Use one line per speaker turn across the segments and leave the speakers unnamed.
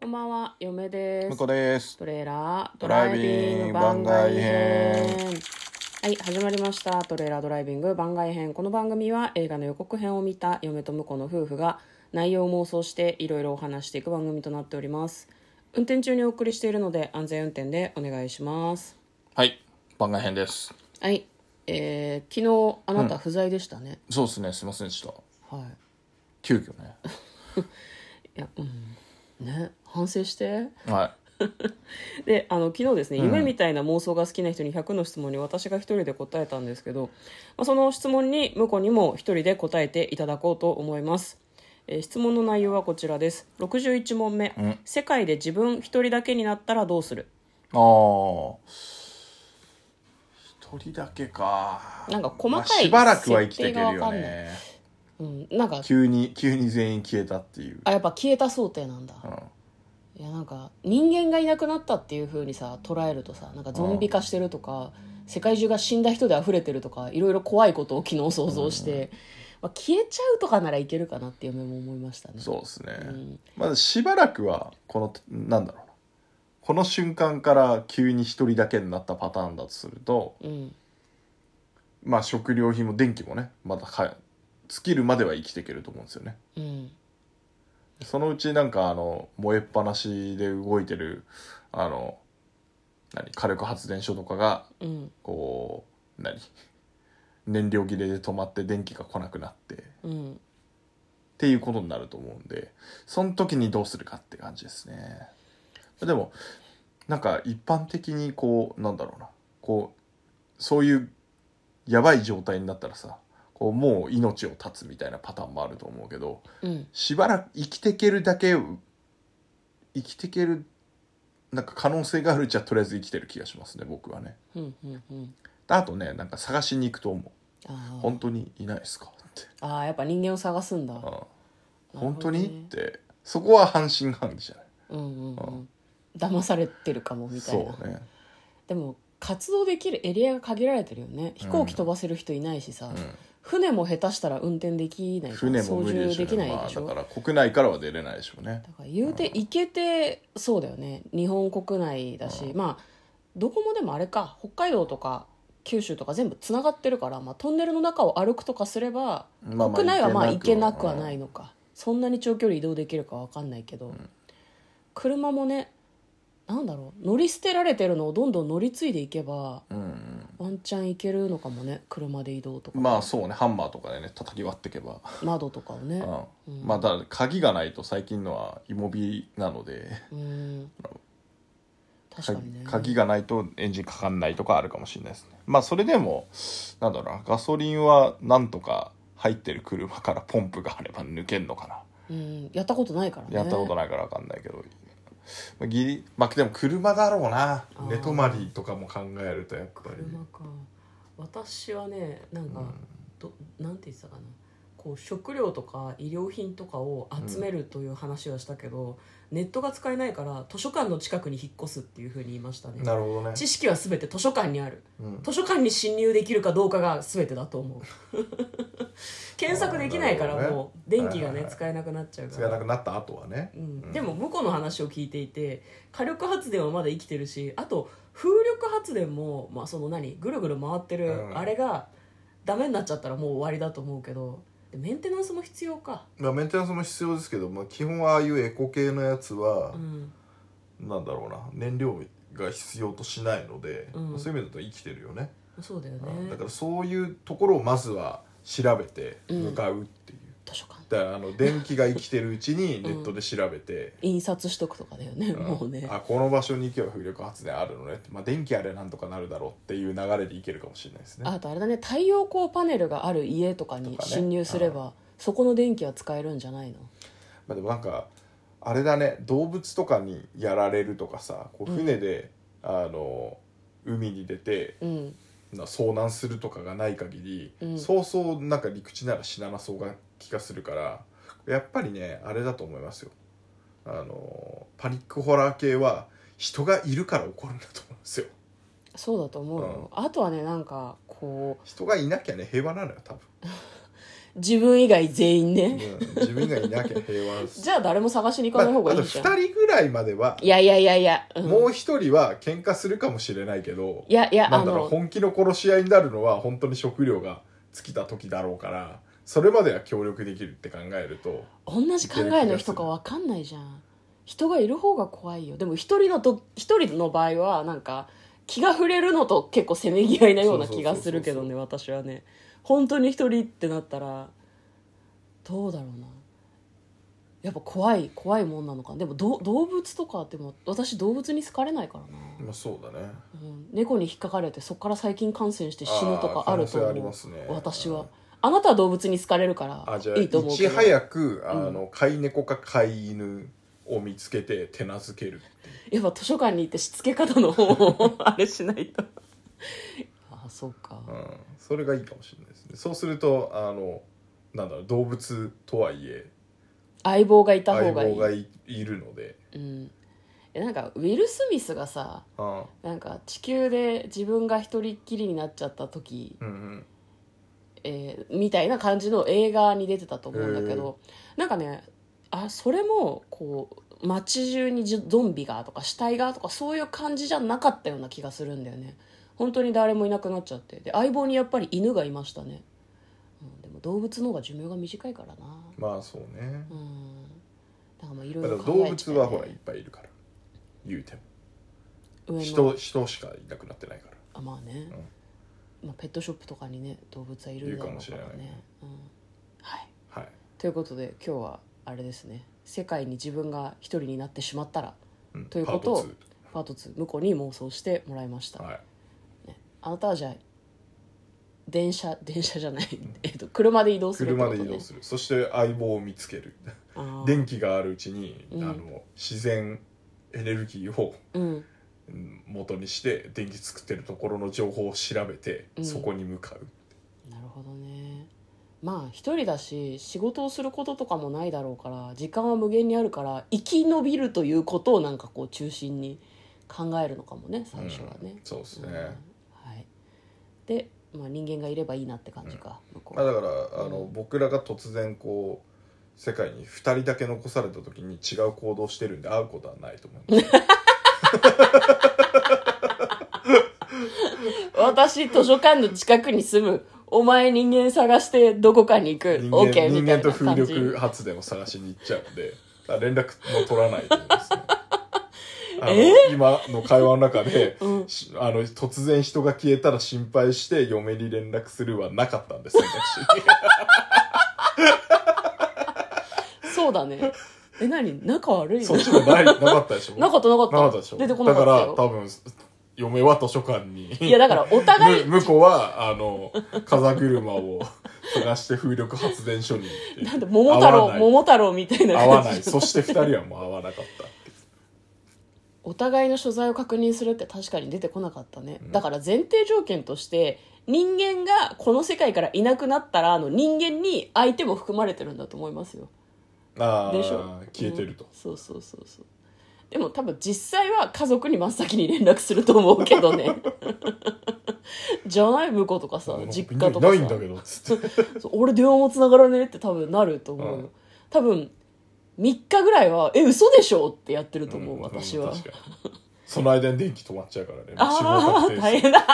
こんばんは、嫁で
向
す
こ。うです。
トレーラード
ド
ラ
ラ
イ
イ
ビ
ビ
ン
ン
グ
グ
番
番
外
外
編
編。
はい、始まりました。トレーラードライビング番外編。この番組は映画の予告編を見た嫁と婿の夫婦が内容を妄想していろいろお話していく番組となっております。運転中にお送りしているので安全運転でお願いします。
はい、番外編です。
はい、えー、昨日あなた不在でしたね。
そうですね、すいませんでした。
はい。
急遽 ね。
いや、うん。ね、反省して。
は
であの昨日ですね夢みたいな妄想が好きな人に100の質問に私が一人で答えたんですけど、まあ、その質問に向こうにも一人で答えていただこうと思います、えー質問の内容はこちらです61問目、世界で自分一人だけになったらどうする
い。ああ。一人だけか。
なんか細かい
まあしばらくは生きて
設定
いける
がわ
よ
かん
ね。
うんなんか
急に、急に全員消えたっていう。
あやっぱ消えた想定なんだ、いやなんか人間がいなくなったっていうふうにさ捉えるとさなんかゾンビ化してるとか、世界中が死んだ人で溢れてるとかいろいろ怖いことを昨日想像して、まあ、消えちゃうとかならいけるかなっていう夢も思いましたね
そうですね。
ん
まずしばらくは、この、なんだろうな。この瞬間から急に一人だけになったパターンだとすると、
うん
まあ食料品も電気もね、まだか尽きるまでは生きていけると思うんですよね。
うん
そのうちなんかあの燃えっぱなしで動いてるあの何火力発電所とかが
うん
こう何燃料切れで止まって電気が来なくなってっ
うん
ていうことになると思うんでその時にどうするかって感じですねでもなんか一般的にこうなんだろうなこうそういうやばい状態になったらさこうもう命を絶つみたいなパターンもあると思うけど、
うん
しばらく生きていけるだけ生きていけるなんか可能性があるじゃとりあえず生きてる気がしますね僕はね
うんうんうん
あとねなんか探しに行くと思う
あー
本当にいないですかって
あーやっぱ人間を探すんだ
うん
どね
本当に、ってそこは半信半疑じゃない
うんうんうん騙されてるかもみたいな
そうね
でも活動できるエリアが限られてるよね飛行機飛ばせる人いないしさ、
う
船も下手したら運転できない
ん
から
船も
操
無理
縦
でしょ
で
う
き
ね
ないでしょ、
ま
だ
あ、
か
だから国内からは出れないでしょうね
ら言うて行けてそうだよね日本国内だし、まあどこもでもあれか北海道とか九州とか全部つながってるから、まあ、トンネルの中を歩くとかすれば、
まあまあ
国内はまあ行
行
け
け
な
な
く
く
は
は
ないのか、そんなに長距離移動できるかわかんないけど、車もねなんだろう乗り捨てられてるのをどんどん乗り継いでいけば
うん
ワンチャン行けるのかもね車で移動とか、
まあそうねハンマーとかでね叩き割っていけば
窓とかをね
うんまあただ鍵がないと最近のは芋火なので
うん確かにね
鍵がないとエンジンかかんないとかあるかもしれないですねまあそれでもなんだろうなガソリンはなんとか入ってる車からポンプがあれば抜けんのかな
うん、やったことないからね
やったことないから分かんないけど、まあ、ギリまあでも車だろうな
あー
寝泊まりとかも考えるとやっぱり
車か私はねなんか、どなんて言ってたかなこう食料とか医療品とかを集めるという話はしたけど、ネットが使えないから図書館の近くに引っ越すっていうふうに言いましたね
なるほどね
知識は全て図書館にある
うん
図書館に侵入できるかどうかが全てだと思う 検索できないから
あーなるほどね
もう電気が
はいはい
ね
はい
使えなくなっちゃうか
使えな
ら
くなった後はね
うんでも向こうの話を聞いていて火力発電はまだ生きてるしあと風力発電も、まあ、その何ぐるぐる回ってる
うん
あれがダメになっちゃったらもう終わりだと思うけどでメンテナンスも必要か、
まあメンテナンスも必要ですけど、まあ、基本はああいうエコ系のやつは
うん、
なんだろうな燃料が必要としないので、
うん
そういう意味だと生きてるよね、
そうだよね
うんだからそういうところをまずは調べて
うん
向かうっていう、
図書館
だからあの電気が生きてるうちにネットで調べて、
印刷しとくとかだよね、
う ん
もうね
あこの場所に行けば風力発電あるのねって、まあ、電気あれなんとかなるだろうっていう流れでいけるかもしれないですね
あとあれだね太陽光パネルがある家とかに
とかね
侵入すれば、そこの電気は使えるんじゃないの
まあ、でもなんかあれだね動物とかにやられるとかさこう船で、あの海に出て
うん
な遭難するとかがない限り、
うん
そうそうなんか陸地なら死ななそうが気がするからやっぱりねあれだと思いますよあのパニックホラー系は人がいるから起こるんだと思うんですよ
そうだと思うよ、あとはねなんかこう
人がいなきゃね平和なのよ多分
自分以外全員ね
うん自分がいなきゃ 平和です
じゃあ誰も探しに行
まあ
か
あ
ない方がい
と
いじゃん、
2人ぐらいまではい
やいやいやいや、うん
もう一人は喧嘩するかもしれないけど
いやいや
な
あ
んだろう
の
本気の殺し合いになるのは本当に食料が尽きた時だろうからそれまでは協力できるって考えると
同じ考えの人か分かんないじゃん人がいる方が怖いよでも一人のと一人の場合はなんか気が触れるのと結構せめぎ合いなような気がするけどね私はね本当に一人ってなったらどうだろうなやっぱ怖い怖いもんなのかなでもど動物とかでも私動物に好かれないからな、
まあそうだね
うん、猫に引っかかれてそこから細菌感染して死ぬとかあると
あー可能性
思
あ
う
りますね
私
う
は
ん
あなたは動物に好かれるか
あ
ら
じゃあ
いいと思う
い
けど
ち早くあの飼い猫か飼い犬を見つけて手なずける
やっぱ図書館に行ってしつけ方の方を あれしないとあそうか
うん、それがいいかもしれないですねそうするとあのなんだろう動物とはいえ
相棒がいた
相
方がい
棒
い
がいいるので、
うん、えなんかウィル・スミスがさ
うん
なんか地球で自分が一人っきりになっちゃった時、
うん
えーみたいな感じの映画に出てたと思うんだけどなんかねあそれもこう街中にじゾンビがとか死体がとかそういう感じじゃなかったような気がするんだよね本当に誰もいなくなっちゃってで相棒にやっぱり犬がいましたね、うん、でも動物の方が寿命が短いからな
まあそうね
うんだからまあいろい
だか
ろ
ら
考
動
えち
物
ゃう
はほらいっぱいいるから言うても
上の
人人しかいなくなってないから
あまあね、まあ、ペットショップとかにね動物はいるんだろうから
いるかもしれない
ね
ね、
うん、はい
はい
ということで今日はあれですね世界に自分が一人になってしまったら
ん
ということを
パート
パート2向こうに妄想してもらいました、
2はい
あなたはじゃあ電車 電車じゃない、えっと、車で移動するってこ
車
と、ね、
で移動するそして相棒を見つける
あー
電気があるうちに、
うん
あの自然エネルギーを
うん
うん元にして電気作ってるところの情報を調べて、
うん
そこに向かう
なるほどねまあ一人だし仕事をすることとかもないだろうから時間は無限にあるから生き延びるということをなんかこう中心に考えるのかもね最初は
うん
ね、
そうですね、
うんはい、で、まあ、人間がいればいいなって感じか、向こう
まあ、だからあの、僕らが突然こう世界に2人だけ残された時に違う行動してるんで会うことはないと思います
私図書館の近くに住むお前人間探してどこかに行く
人
OK みた
間
いな
人間と風
感じ
力発電を探しに行っちゃうんであ連絡も取らないと思いますね あの今の会話の中で、しあの突然人が消えたら心配して嫁に連絡するはなかったんです選択肢
そうだ ねえ何仲悪い
そ
の
っちもないなかったでしょ
なかったなかっ
な
た
かったでしょ
出てこなかった
だから
よ
多分嫁は図書館に
いやだからお互い
む向こうはあの風車を探して風力発電所に行って
なんで桃太
合わ
郎
ない
桃太郎みたいな
合わな
感
い
じ
そして二人はもう合わなかったっていう
お互いの所在を確認するって確かに出てこなかったね、だから前提条件として人間がこの世界からいなくなったらあの人間に相手も含まれてるんだと思いますよ
ああ
でしょ
消えてると
うん、そうそうそうそうでも多分実際は家族に真っ先に連絡すると思うけど ねじゃない向こうとかさ
なん
実家とかさ
いないんだけどっつって
そう俺電話も繋がらねえって多分なると思うよ、
うん
多分3日ぐらいは「え嘘でしょ?」ってやって ると思う、
ん
私は、
確かにその間に電気止まっちゃうからね
あ
仕
あ
事
大
確定し
変だ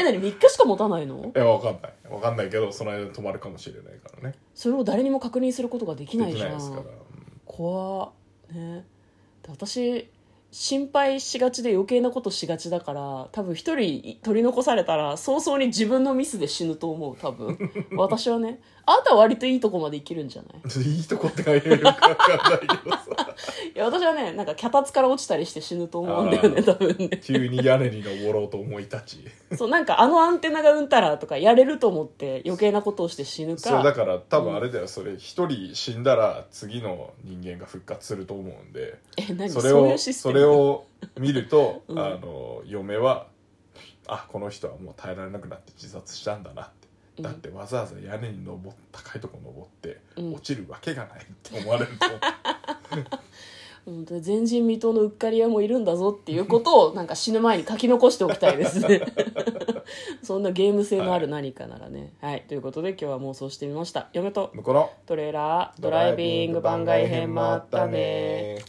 え何3日しか持たないの
いやわかんないわかんないけどその間に止まるかもしれないからね
それを誰にも確認することができ
で
ない
き
じ
ない
ゃ
ですから
ん怖っねで私心配しがちで余計なことしがちだから多分一人取り残されたら早々に自分のミスで死ぬと思う多 分私はねあなたは割といいとこまでいけるんじゃない
いいとこって言えるかわかんないけ どさ
いや私はねなんか脚立から落ちたりして死ぬと思うんだよね
あー
多分ね
急に屋根に登ろうと思い立ち
そうなんかあのアンテナがうんたらとかやれると思って余計なことをして死ぬ
そうだ
か
から多分あれだよ、それ一人死んだら次の人間が復活すると思うんで
え何
そ
そ
れ
うい
を
うシステ
そ
ム
れを見ると、
うん
あの嫁はあこの人はもう耐えられなくなって自殺したんだなってだってわざわざ屋根に登っ高いとこ登って、
うん
落ちるわけがないって思われると思う
うんで前人未到のうっかり屋もいるんだぞっていうことをなんか死ぬ前に書き残しておきたいですねそんなゲーム性のある何かならねはい、ということで今日は妄想してみました嫁と
向こうの
トレーラードライビング番外編もあったね